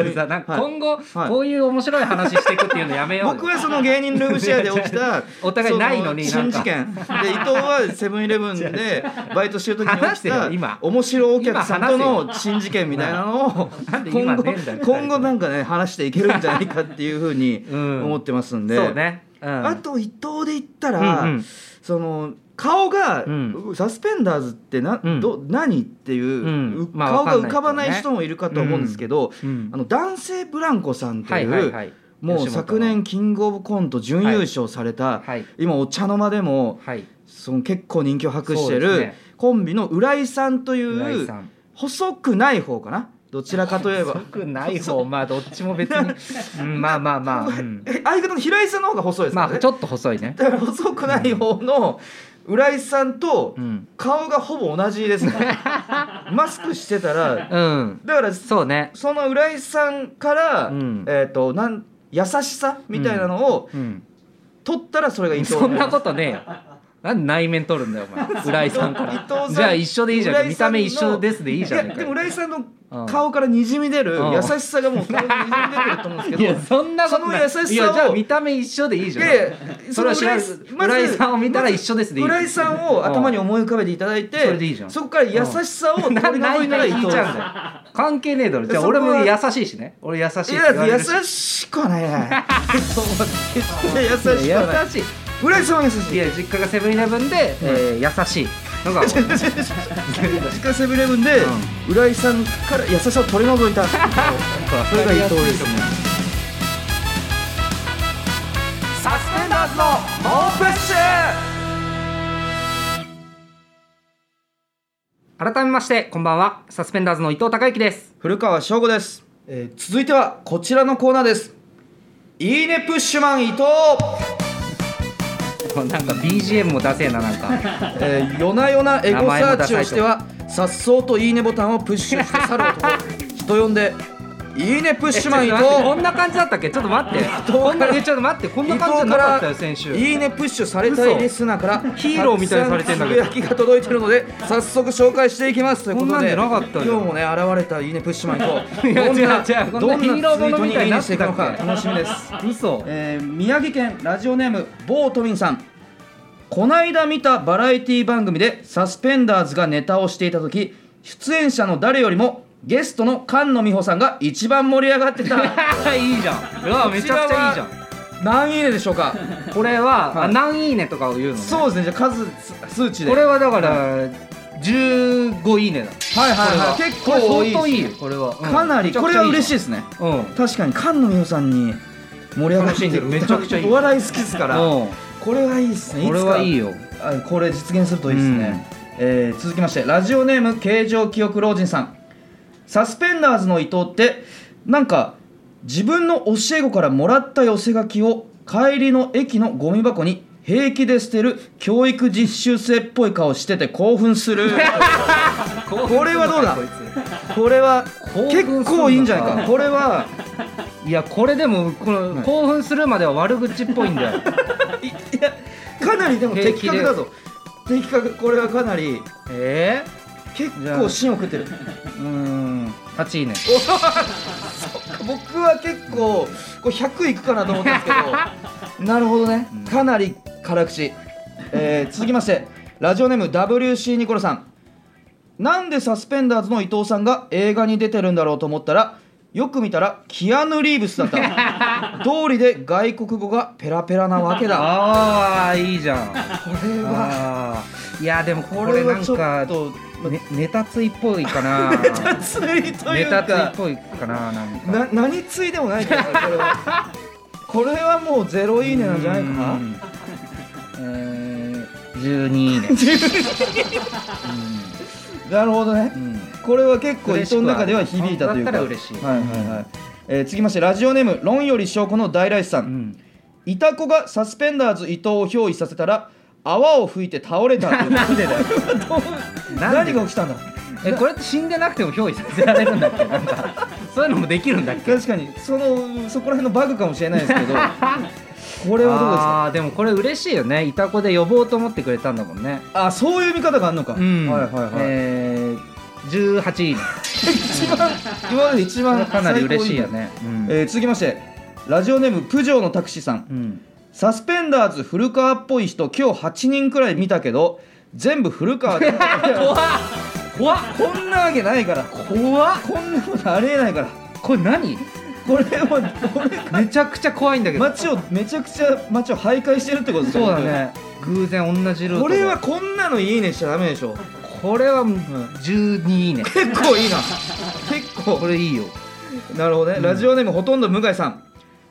[SPEAKER 1] っとさなんか
[SPEAKER 2] はい
[SPEAKER 1] 今後、
[SPEAKER 2] はい
[SPEAKER 1] こういう面白い話していくっていうのやめようよ
[SPEAKER 2] 僕はその芸人ルームシェア で起きた
[SPEAKER 1] お互いないのに
[SPEAKER 2] そ珍事件で伊藤はセブンイレ ブンでバイトしてる時に起
[SPEAKER 1] 話し
[SPEAKER 2] き
[SPEAKER 1] て
[SPEAKER 2] た
[SPEAKER 1] よ今
[SPEAKER 2] 面白お客さんと
[SPEAKER 1] 今
[SPEAKER 2] の珍事件みたいなのを
[SPEAKER 1] なんで
[SPEAKER 2] 今
[SPEAKER 1] 今
[SPEAKER 2] 後
[SPEAKER 1] ねえんだよ
[SPEAKER 2] 今後なんかね話していけるんじゃないかっていうふうに
[SPEAKER 1] うん
[SPEAKER 2] 思ってますんで、
[SPEAKER 1] そうね。うん、
[SPEAKER 2] あと伊藤で言ったら、
[SPEAKER 1] うんうん
[SPEAKER 2] その顔が、
[SPEAKER 1] う
[SPEAKER 2] サスペンダーズってな、
[SPEAKER 1] うん
[SPEAKER 2] ど何っていう、
[SPEAKER 1] ん
[SPEAKER 2] う
[SPEAKER 1] まあ
[SPEAKER 2] 顔が
[SPEAKER 1] わかんな
[SPEAKER 2] 浮
[SPEAKER 1] い
[SPEAKER 2] かばない人もいるかと思うんですけど、
[SPEAKER 1] うん
[SPEAKER 2] あの男性ブランコさんと、
[SPEAKER 1] はいいうはいはい。
[SPEAKER 2] もう
[SPEAKER 1] 吉本の
[SPEAKER 2] 昨年キングオブコント準優勝された、
[SPEAKER 1] はいはい
[SPEAKER 2] 今お茶の間でも
[SPEAKER 1] はい。
[SPEAKER 2] その結構人気を博し
[SPEAKER 1] そ
[SPEAKER 2] て
[SPEAKER 1] う
[SPEAKER 2] る、
[SPEAKER 1] ですね
[SPEAKER 2] コンビの浦井さんとい
[SPEAKER 1] 浦井
[SPEAKER 2] う
[SPEAKER 1] さん
[SPEAKER 2] 細くない方かなどちらかといえば
[SPEAKER 1] 細くない方、まあどっちも別 に、うんまあまあまあ、うん
[SPEAKER 2] え相方の平井さんの方が細いですか
[SPEAKER 1] ま
[SPEAKER 2] らね
[SPEAKER 1] あちょっと細いね。
[SPEAKER 2] だから 細くない方の浦井さんと
[SPEAKER 1] うん。
[SPEAKER 2] 顔がほぼ同じですねマスクしてたら
[SPEAKER 1] うん。
[SPEAKER 2] だから
[SPEAKER 1] そうね。
[SPEAKER 2] その浦井さんから、
[SPEAKER 1] うん
[SPEAKER 2] えっ、となん優しさみたいなのを
[SPEAKER 1] うん。
[SPEAKER 2] 取ったらそれが伊藤
[SPEAKER 1] そんなことねえよ。なんで内面取るんだよ、お前。浦井さんか
[SPEAKER 2] 伊藤さ
[SPEAKER 1] ら。
[SPEAKER 2] ん
[SPEAKER 1] じゃあ一緒でいいじゃ
[SPEAKER 2] 浦
[SPEAKER 1] ん。
[SPEAKER 2] 井
[SPEAKER 1] 見
[SPEAKER 2] さ
[SPEAKER 1] た
[SPEAKER 2] んの
[SPEAKER 1] 目一緒ですでいいじゃ
[SPEAKER 2] い
[SPEAKER 1] ん
[SPEAKER 2] やでも浦井さんの
[SPEAKER 1] うん
[SPEAKER 2] 顔からにじみ出る
[SPEAKER 1] うん
[SPEAKER 2] 優しさがもう顔ににじみ出てると思うんです
[SPEAKER 1] い
[SPEAKER 2] けど
[SPEAKER 1] や、そんなことない。
[SPEAKER 2] その優しさを
[SPEAKER 1] いや、じゃあ見た目一緒でいいじゃん。
[SPEAKER 2] いやいや
[SPEAKER 1] それは知ら
[SPEAKER 2] そ
[SPEAKER 1] ず
[SPEAKER 2] の浦井
[SPEAKER 1] 浦井さんを見たら一緒ですでいい。
[SPEAKER 2] 浦井さんを頭に思い浮かべていただいて
[SPEAKER 1] うんそれでいいじゃん
[SPEAKER 2] そこから優しさを取り除い
[SPEAKER 1] 内
[SPEAKER 2] たら
[SPEAKER 1] 面
[SPEAKER 2] 伊
[SPEAKER 1] 聞
[SPEAKER 2] 藤
[SPEAKER 1] いち
[SPEAKER 2] さん
[SPEAKER 1] ゃうんだよ。関係ねえだろ。じゃあ俺も優しいしね。俺優しいって
[SPEAKER 2] い
[SPEAKER 1] 言わ
[SPEAKER 2] や
[SPEAKER 1] れるし。
[SPEAKER 2] 優しくはな いね決して優しくはない
[SPEAKER 1] 優しい。
[SPEAKER 2] 浦井さんは優し
[SPEAKER 1] い
[SPEAKER 2] い
[SPEAKER 1] や実家がセブンイレブンで、えー優しいのが
[SPEAKER 2] 自家セブンイレブンで浦井さんから優しさ を取り除いたそれが伊藤ですね
[SPEAKER 1] サスペンダーズの猛プッシュ改めましてこんばんはサスペンダーズの伊藤孝之です
[SPEAKER 2] 古川翔吾です、えー続いてはこちらのコーナーですいいねプッシュマン伊藤、
[SPEAKER 1] なんか BGM もダセえななんか
[SPEAKER 2] えー夜な夜なエゴサーチをしてはさっそうといいねボタンをプッシュして去る 男人呼んでいいねプッシュマン 伊
[SPEAKER 1] えちょっ
[SPEAKER 2] 藤
[SPEAKER 1] と待ってこんな感じだったっけちょっと待ってこんなえちょっと待ってこんな感じじゃなかったよ
[SPEAKER 2] 伊
[SPEAKER 1] 先
[SPEAKER 2] 藤
[SPEAKER 1] 週
[SPEAKER 2] からいいねプッシュされたいリスナーから
[SPEAKER 1] ヒーローみたいにされてんだけど
[SPEAKER 2] たくさんつぶやきが届いてるので早速紹介していきますというこ
[SPEAKER 1] こんな
[SPEAKER 2] と
[SPEAKER 1] んじ
[SPEAKER 2] で
[SPEAKER 1] ゃなかった
[SPEAKER 2] 今
[SPEAKER 1] よ
[SPEAKER 2] 日もね現れたいいねプッシュマン
[SPEAKER 1] い
[SPEAKER 2] 伊藤
[SPEAKER 1] や
[SPEAKER 2] どんな
[SPEAKER 1] 違う違うこんな
[SPEAKER 2] どんなツ
[SPEAKER 1] ヒ
[SPEAKER 2] イ
[SPEAKER 1] ーローも
[SPEAKER 2] ー
[SPEAKER 1] の
[SPEAKER 2] ト
[SPEAKER 1] み
[SPEAKER 2] に
[SPEAKER 1] たい
[SPEAKER 2] いい
[SPEAKER 1] にな
[SPEAKER 2] ね
[SPEAKER 1] っ
[SPEAKER 2] してて
[SPEAKER 1] た
[SPEAKER 2] い
[SPEAKER 1] っ
[SPEAKER 2] く
[SPEAKER 1] け
[SPEAKER 2] のか楽しみです
[SPEAKER 1] 嘘
[SPEAKER 2] えー宮城県ラジオネームボートミンさんこないだ見たバラエティ番組でサスペンダーズがネタをしていた時出演者の誰よりもゲストの菅野美穂さんが一番盛り上がっ てた
[SPEAKER 1] いいじゃんうわめちゃくちゃいいじゃん
[SPEAKER 2] 何いいねでしょうか
[SPEAKER 1] これは、
[SPEAKER 2] はい
[SPEAKER 1] あ何いいねとかを言うの、ね、
[SPEAKER 2] そうですねじゃあ数数値で
[SPEAKER 1] これはだから、15いいねだ
[SPEAKER 2] はいはいはい
[SPEAKER 1] これ
[SPEAKER 2] 結構
[SPEAKER 1] こ
[SPEAKER 2] 多
[SPEAKER 1] れ
[SPEAKER 2] い
[SPEAKER 1] 相当いいよこれは、うん
[SPEAKER 2] かなりこれは嬉しいですね
[SPEAKER 1] うんうん
[SPEAKER 2] 確かに菅野美穂さんに盛り上がって
[SPEAKER 1] 楽しんでるめちゃくちゃいい
[SPEAKER 2] お笑い好きですから
[SPEAKER 1] こ
[SPEAKER 2] これはいいですね
[SPEAKER 1] れはいいよ
[SPEAKER 2] あこれ実現するといいですね、えー続きましてラジオネーム形状記憶老人さんサスペンダーズの伊藤ってなんか自分の教え子からもらった寄せ書きを帰りの駅のゴミ箱に平気で捨てる教育実習生っぽい顔してて興奮する
[SPEAKER 1] こ
[SPEAKER 2] れはど うだこれは
[SPEAKER 1] 興奮するの
[SPEAKER 2] 結
[SPEAKER 1] か
[SPEAKER 2] 構いいんじゃないかこれはい
[SPEAKER 1] やこれでもこの、
[SPEAKER 2] はい
[SPEAKER 1] 興奮するまでは悪口っぽいん だよ
[SPEAKER 2] いいやかなりでも
[SPEAKER 1] 平
[SPEAKER 2] 的
[SPEAKER 1] 気で
[SPEAKER 2] 確だぞ的確これはかなり
[SPEAKER 1] え
[SPEAKER 2] 結
[SPEAKER 1] じゃあ
[SPEAKER 2] 構芯を食ってるうーん
[SPEAKER 1] えー、8いいね
[SPEAKER 2] おそっか 僕は結構こう100いくかなと思ったんですけど なるほどねかなり辛口、えー続きましてラジオネーム WC ニコルさんなんでサスペンダーズの伊藤さんが映画に出てるんだろうと思ったらよく見たらキアヌ・リーブスだった 道理で外国語がペラペラなわけだ
[SPEAKER 1] ああいいじゃん
[SPEAKER 2] これは
[SPEAKER 1] あーいやでもこ
[SPEAKER 2] こ
[SPEAKER 1] れ
[SPEAKER 2] れ
[SPEAKER 1] な
[SPEAKER 2] は
[SPEAKER 1] ん
[SPEAKER 2] ちょ
[SPEAKER 1] か
[SPEAKER 2] っと
[SPEAKER 1] ね、ネタついっぽいか な
[SPEAKER 2] ついとい
[SPEAKER 1] ネ
[SPEAKER 2] う
[SPEAKER 1] タついっ
[SPEAKER 2] か
[SPEAKER 1] ぽいかななんか
[SPEAKER 2] な何ついでもないけどこれはこれはもうゼロいいねなんじゃないかな
[SPEAKER 1] うんえー、12いいね
[SPEAKER 2] なるほどね
[SPEAKER 1] うん、うん
[SPEAKER 2] これは結構伊藤の中では響いたというか
[SPEAKER 1] だったら嬉しい
[SPEAKER 2] はいはいはいえー、続きましてラジオネーム「論より証拠の大来さ」
[SPEAKER 1] うんん
[SPEAKER 2] 「いた子がサスペンダーズ伊藤を憑依させたら泡を吹いて倒れた」 なんでだよ
[SPEAKER 1] なんで
[SPEAKER 2] 何が起きたんだ
[SPEAKER 1] えこれって死んでなくても憑依させられるんだっけなんかそういうのもできるんだっけ
[SPEAKER 2] 確かにそのそこら辺のバグかもしれないで すけどこれはどうですか
[SPEAKER 1] あーでもこれ嬉しいよねいたこで呼ぼうと思ってくれたんだもんね
[SPEAKER 2] あそういう見方があるのか、
[SPEAKER 1] うん
[SPEAKER 2] はいはいはい、
[SPEAKER 1] えー、18いいね
[SPEAKER 2] 一番今まで一番
[SPEAKER 1] かなり嬉しいよ
[SPEAKER 2] 最
[SPEAKER 1] ねうん
[SPEAKER 2] 高いい、えー続きましてラジオネームプジョーのタクシーさん
[SPEAKER 1] うん
[SPEAKER 2] サスペンダーズ古川っぽい人今日8人くらい見たけど全部古川で
[SPEAKER 1] 怖っ怖っ
[SPEAKER 2] こんなわけないから
[SPEAKER 1] 怖っ
[SPEAKER 2] こんなことありえないから
[SPEAKER 1] これ何
[SPEAKER 2] これもこれ
[SPEAKER 1] めちゃくちゃ怖いんだけど
[SPEAKER 2] 街をめちゃくちゃ街を徘徊してるってことです
[SPEAKER 1] そ
[SPEAKER 2] よ
[SPEAKER 1] うだね偶然同じルートで
[SPEAKER 2] これはこんなのいいねしちゃダメでしょ
[SPEAKER 1] これは12いいね
[SPEAKER 2] 結構いいな結構
[SPEAKER 1] これいいよ
[SPEAKER 2] なるほどね、
[SPEAKER 1] うん
[SPEAKER 2] ラジオネームほとんど向井さん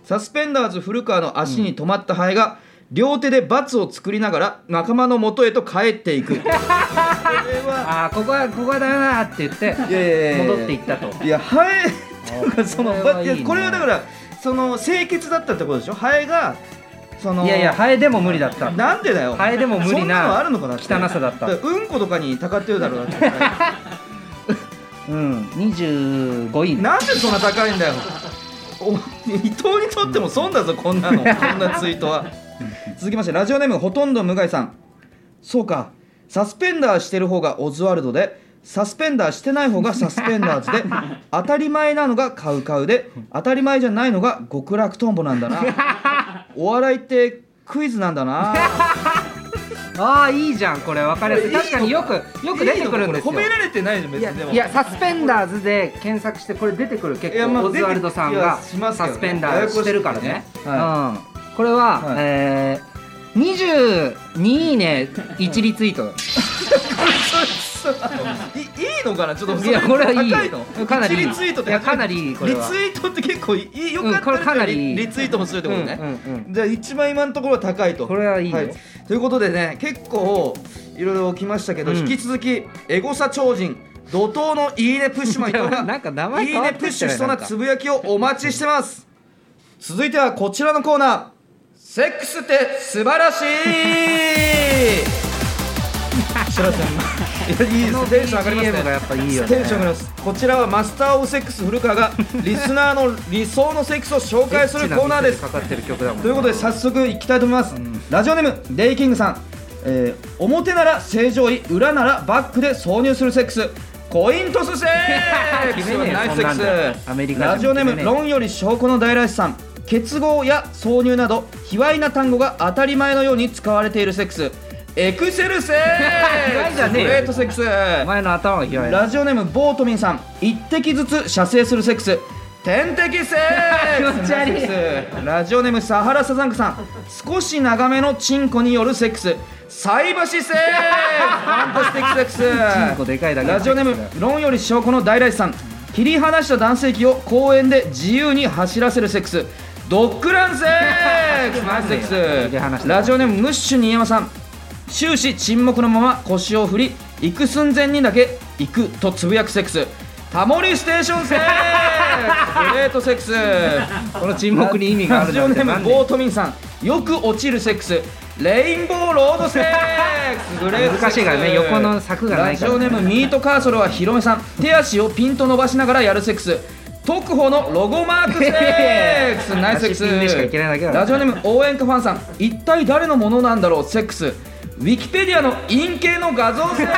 [SPEAKER 2] サスペンダーズ古川の足に止まったハエが、両手で罰を作りながら仲間の元へと帰っ ていくこれは
[SPEAKER 1] ああここはここはダメだって言って
[SPEAKER 2] いやいやいや
[SPEAKER 1] 戻っていったと
[SPEAKER 2] いやハエとかその
[SPEAKER 1] これは
[SPEAKER 2] ば
[SPEAKER 1] い
[SPEAKER 2] い
[SPEAKER 1] いね
[SPEAKER 2] やこれはだからその清潔だったってことでしょハエがその
[SPEAKER 1] いやいやハエでも無理だった
[SPEAKER 2] なんでだよ
[SPEAKER 1] ハエでも無理な
[SPEAKER 2] そんなのあるのかな
[SPEAKER 1] 汚さだった
[SPEAKER 2] うんことかにたかってるだろうなってうん
[SPEAKER 1] 25位
[SPEAKER 2] なんでそんな高いんだよお伊藤にとっても損だぞこん なのこんなツイートは続きましてラジオネームほとんど向井さんそうかサスペンダーしてる方がオズワルドでサスペンダーしてない方がサスペンダーズ で当たり前なのがカウカウで当たり前じゃないのが極楽とんぼなんだな お笑いってクイズなんだな
[SPEAKER 1] ああいいじゃんこれ分かりやすい
[SPEAKER 2] これいいの
[SPEAKER 1] 確かによく よく出てくるんですよ
[SPEAKER 2] いいのこれ褒められてないじゃん別
[SPEAKER 1] いや
[SPEAKER 2] にでも
[SPEAKER 1] いやサスペンダーズで検索してこれ出てくる結
[SPEAKER 2] いやま
[SPEAKER 1] 構
[SPEAKER 2] あ
[SPEAKER 1] オズワルドさんが
[SPEAKER 2] 出てきはします
[SPEAKER 1] サ
[SPEAKER 2] けどね
[SPEAKER 1] スペンダーズしてるからね
[SPEAKER 2] やや
[SPEAKER 1] うんこれは、
[SPEAKER 2] はい
[SPEAKER 1] えー22いいね1リツイート
[SPEAKER 2] そうそういいいいのかなちょっとそ
[SPEAKER 1] いやこれはいい
[SPEAKER 2] 高いの
[SPEAKER 1] かなりいい
[SPEAKER 2] 一リツイートって
[SPEAKER 1] いやかなりいいこれは
[SPEAKER 2] リツイートって結構いいよかった、
[SPEAKER 1] うんこれかなりいい
[SPEAKER 2] リツイートもするってことね、
[SPEAKER 1] うんうんうん
[SPEAKER 2] じゃあ一番今のところは高いと
[SPEAKER 1] これはいいよ
[SPEAKER 2] ということでね結構いろいろ来ましたけど、
[SPEAKER 1] うん
[SPEAKER 2] 引き続きエゴサ超人怒涛のいいねプッシュマン伊藤
[SPEAKER 1] なんか名
[SPEAKER 2] が
[SPEAKER 1] 前
[SPEAKER 2] いい
[SPEAKER 1] 変わ
[SPEAKER 2] ね
[SPEAKER 1] ってき
[SPEAKER 2] プ
[SPEAKER 1] たね
[SPEAKER 2] ッシュしそう
[SPEAKER 1] な
[SPEAKER 2] な
[SPEAKER 1] んか
[SPEAKER 2] つぶやきをお待ちしてます続いてはこちらのコーナーセックスって素晴らし い設楽さんいやいいですねテンション上がりますね
[SPEAKER 1] BGM がやっぱいいよね
[SPEAKER 2] テンション上がりますこちらはマスター・オブ・セックス古川がリスナーの理想のセックスを紹介するコーナーです
[SPEAKER 1] かかってる曲だもん
[SPEAKER 2] ということで早速いきたいと思います、ラジオネームデイキングさん、えー表なら正常位裏ならバックで挿入するセックスコイントスセックス
[SPEAKER 1] 決めねえよ
[SPEAKER 2] ナイスセ
[SPEAKER 1] そんな
[SPEAKER 2] ッ
[SPEAKER 1] ん
[SPEAKER 2] ク
[SPEAKER 1] だ
[SPEAKER 2] ス
[SPEAKER 1] アメリカ人
[SPEAKER 2] ラジオネー
[SPEAKER 1] 決め
[SPEAKER 2] ム
[SPEAKER 1] ねえ
[SPEAKER 2] 論より証拠の大来さん結合や挿入など卑猥な単語が当たり前のように使われているセックスエクセルセック
[SPEAKER 1] 卑猥
[SPEAKER 2] ス
[SPEAKER 1] じゃねえよ
[SPEAKER 2] グレートセックス
[SPEAKER 1] お前の頭が広いな
[SPEAKER 2] ラジオネームボートミンさん一滴ずつ射精するセックス点滴セック
[SPEAKER 1] 気持
[SPEAKER 2] ス
[SPEAKER 1] ち悪い
[SPEAKER 2] セックスラジオネームサハラサザンクさん少し長めのチンコによるセックス菜 箸セックスファンタスティックセックス
[SPEAKER 1] チンコでかいだけ
[SPEAKER 2] ラジオネーム論より証拠の大来さん切り離した男性器を公園で自由に走らせるセックスドッグランセ ックスナイスセックス
[SPEAKER 1] 切り離した
[SPEAKER 2] ラジオネームムッシュ新山さん終始沈黙のまま腰を振り行く寸前にだけ行くとつぶやくセックスタモリステーションセックスグレートセックス
[SPEAKER 1] この沈黙に意味があるなんて
[SPEAKER 2] ラジオネー
[SPEAKER 1] なん
[SPEAKER 2] ム
[SPEAKER 1] で
[SPEAKER 2] ボートミンさんよく落ちるセックスレインボーロードセックスグレートセッ
[SPEAKER 1] 難
[SPEAKER 2] クス
[SPEAKER 1] しいからね横の柵がないから
[SPEAKER 2] ラジオネームミートカーソルはヒロメさん手足をピンと伸ばしながらやるセックス特保のロゴマークセック スナイスセックス
[SPEAKER 1] 足ピンでしかいけないだけだ
[SPEAKER 2] ラジオネーム応援歌ファンさん一体誰のものなんだろうセックスウィキペディアの陰形の画像セックス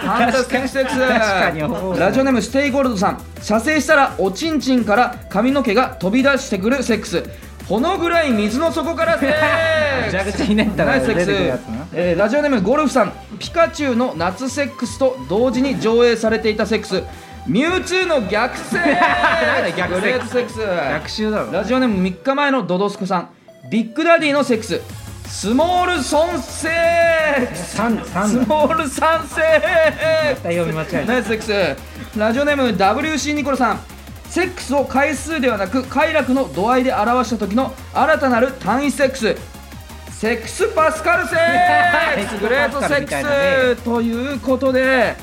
[SPEAKER 2] ファンタスティックセックス
[SPEAKER 1] 確かに
[SPEAKER 2] ラジオネームステイゴールドさん射精したらおちんちんから髪の毛が飛び出してくるセックスこのぐらい水の底からセック
[SPEAKER 1] め
[SPEAKER 2] ス
[SPEAKER 1] ちゃくちゃひねった
[SPEAKER 2] ナ
[SPEAKER 1] ら
[SPEAKER 2] イスセ
[SPEAKER 1] 出
[SPEAKER 2] ック
[SPEAKER 1] て
[SPEAKER 2] ス
[SPEAKER 1] くるやつな
[SPEAKER 2] えーラジオネームゴルフさんピカチュウの夏セックスと同時に上映されていたセックスミュウツーの逆セ ック
[SPEAKER 1] だよ
[SPEAKER 2] ス
[SPEAKER 1] 逆セックス
[SPEAKER 2] グレートセックス
[SPEAKER 1] 逆襲だろ
[SPEAKER 2] ラジオネーム3日前のドドスコさんビッグダディのセックススモールソンセックス
[SPEAKER 1] 三三
[SPEAKER 2] ス
[SPEAKER 1] だ
[SPEAKER 2] モールサンセックス
[SPEAKER 1] 読み間違えた
[SPEAKER 2] ナイスセックスラジオネーム WC ニコルさんセックスを回数ではなく快楽の度合いで表した時の新たなる単位セックスセックスパスカルセッ クスグレートセ
[SPEAKER 1] パス
[SPEAKER 2] ッ
[SPEAKER 1] カルみたいな
[SPEAKER 2] クスということで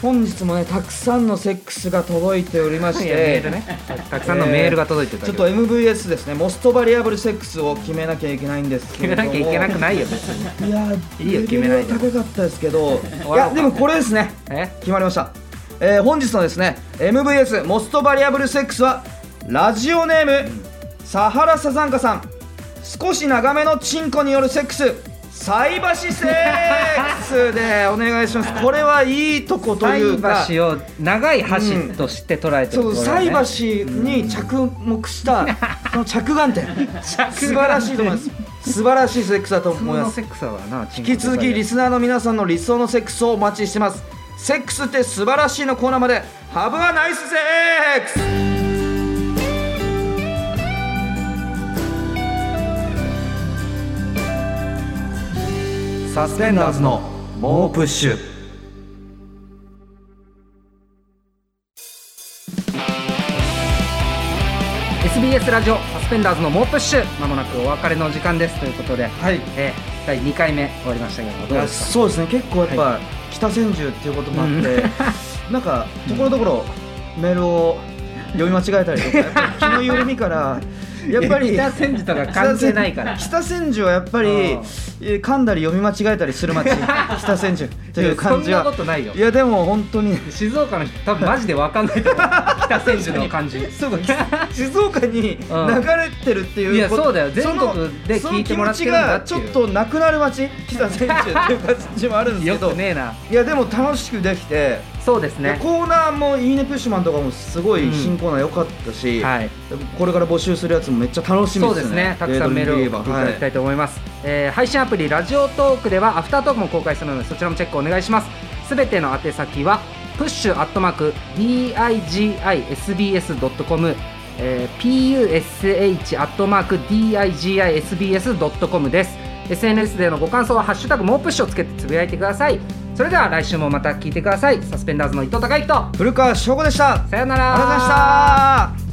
[SPEAKER 2] 本日もねたくさんのセックスが届いておりまし
[SPEAKER 1] いやメール
[SPEAKER 2] て
[SPEAKER 1] ねたくさんのメールが届いてた
[SPEAKER 2] ち
[SPEAKER 1] け
[SPEAKER 2] ょっと
[SPEAKER 1] ど
[SPEAKER 2] MVS ですねモストバリアブルセックスを決めなきゃいけないんですけ
[SPEAKER 1] 決め
[SPEAKER 2] れど
[SPEAKER 1] な
[SPEAKER 2] も
[SPEAKER 1] きゃいけなくないよ別に
[SPEAKER 2] いや
[SPEAKER 1] いいよ決めないで
[SPEAKER 2] レベルは高かったですけどい
[SPEAKER 1] わろう
[SPEAKER 2] や
[SPEAKER 1] か
[SPEAKER 2] でもこれですね
[SPEAKER 1] え
[SPEAKER 2] 決まりました、えー本日のですね MVS モストバリアブルセックスはラジオネームサハラサザンカさん少し長めのチンコによるセックス菜箸セックスでお願いしますこれはいいとこという
[SPEAKER 1] 菜
[SPEAKER 2] か
[SPEAKER 1] 箸を長い箸として捉えてる
[SPEAKER 2] そう菜箸に着目 したその着眼点素晴らしいと思います素晴らしいセックスだと
[SPEAKER 1] 普通
[SPEAKER 2] 思いま
[SPEAKER 1] の
[SPEAKER 2] す
[SPEAKER 1] セックスはな引
[SPEAKER 2] 引き続きリ
[SPEAKER 1] ス
[SPEAKER 2] スナーの皆さんの理想のセックスをお待ちしてますセックスって素晴らしいのコーナーまでハブはナイスセックス
[SPEAKER 1] サスペンダーズの猛プッシュラジオサスペンダーズの猛プッシュまもなくお別れの時間ですということで、
[SPEAKER 2] はい
[SPEAKER 1] えー第2回目終わりましたけどどうですか
[SPEAKER 2] そうですね結構やっぱ、
[SPEAKER 1] は
[SPEAKER 2] 北千住っていうこともあって、 なんかところどころメールを読み間違えたりとかやっぱり気の緩みから やっぱり
[SPEAKER 1] 北千住とか関係ないから
[SPEAKER 2] 北千住はやっぱり
[SPEAKER 1] うん
[SPEAKER 2] えー噛んだり読み間違えたりす る街北千住という感じ
[SPEAKER 1] いやそんなこ
[SPEAKER 2] は
[SPEAKER 1] とないよ
[SPEAKER 2] いやでも本当 に
[SPEAKER 1] 静岡の人多分マジで分かんないと思 う北千住の感じ
[SPEAKER 2] そう かき静岡に流れてるっていう
[SPEAKER 1] いや
[SPEAKER 2] こと
[SPEAKER 1] そうだよ全国で聞いてもらってるんだっていう
[SPEAKER 2] その気持ちがちょっとなくなる街北千住っていう感じもあるんです
[SPEAKER 1] よ
[SPEAKER 2] けど
[SPEAKER 1] くねえない
[SPEAKER 2] やでも楽しくできて、
[SPEAKER 1] そうですね
[SPEAKER 2] コーナーも「いいねプッシュマン」とかもすご
[SPEAKER 1] う
[SPEAKER 2] い
[SPEAKER 1] ん
[SPEAKER 2] 新コーナー良かったし、
[SPEAKER 1] はい
[SPEAKER 2] これから募集するやつもめっちゃ楽しみ
[SPEAKER 1] そう
[SPEAKER 2] ですね
[SPEAKER 1] ですねたくさんメールを送っていただきた
[SPEAKER 2] はい
[SPEAKER 1] と思います、えー配信アプリラジオトークではアフタートークも公開するのでそちらもチェックお願いしますすべての宛先はプッシュアットマーク digisbs.com えー push アットマーク digisbs.com です SNS でのご感想は「ハッシュタグもうプッシュ」をつけてつぶやいてくださいそれでは来週もまた聞いてくださいサスペンダーズの伊藤孝之と
[SPEAKER 2] 古川翔吾でしたあ
[SPEAKER 1] さ
[SPEAKER 2] りがとう
[SPEAKER 1] よなら
[SPEAKER 2] ございました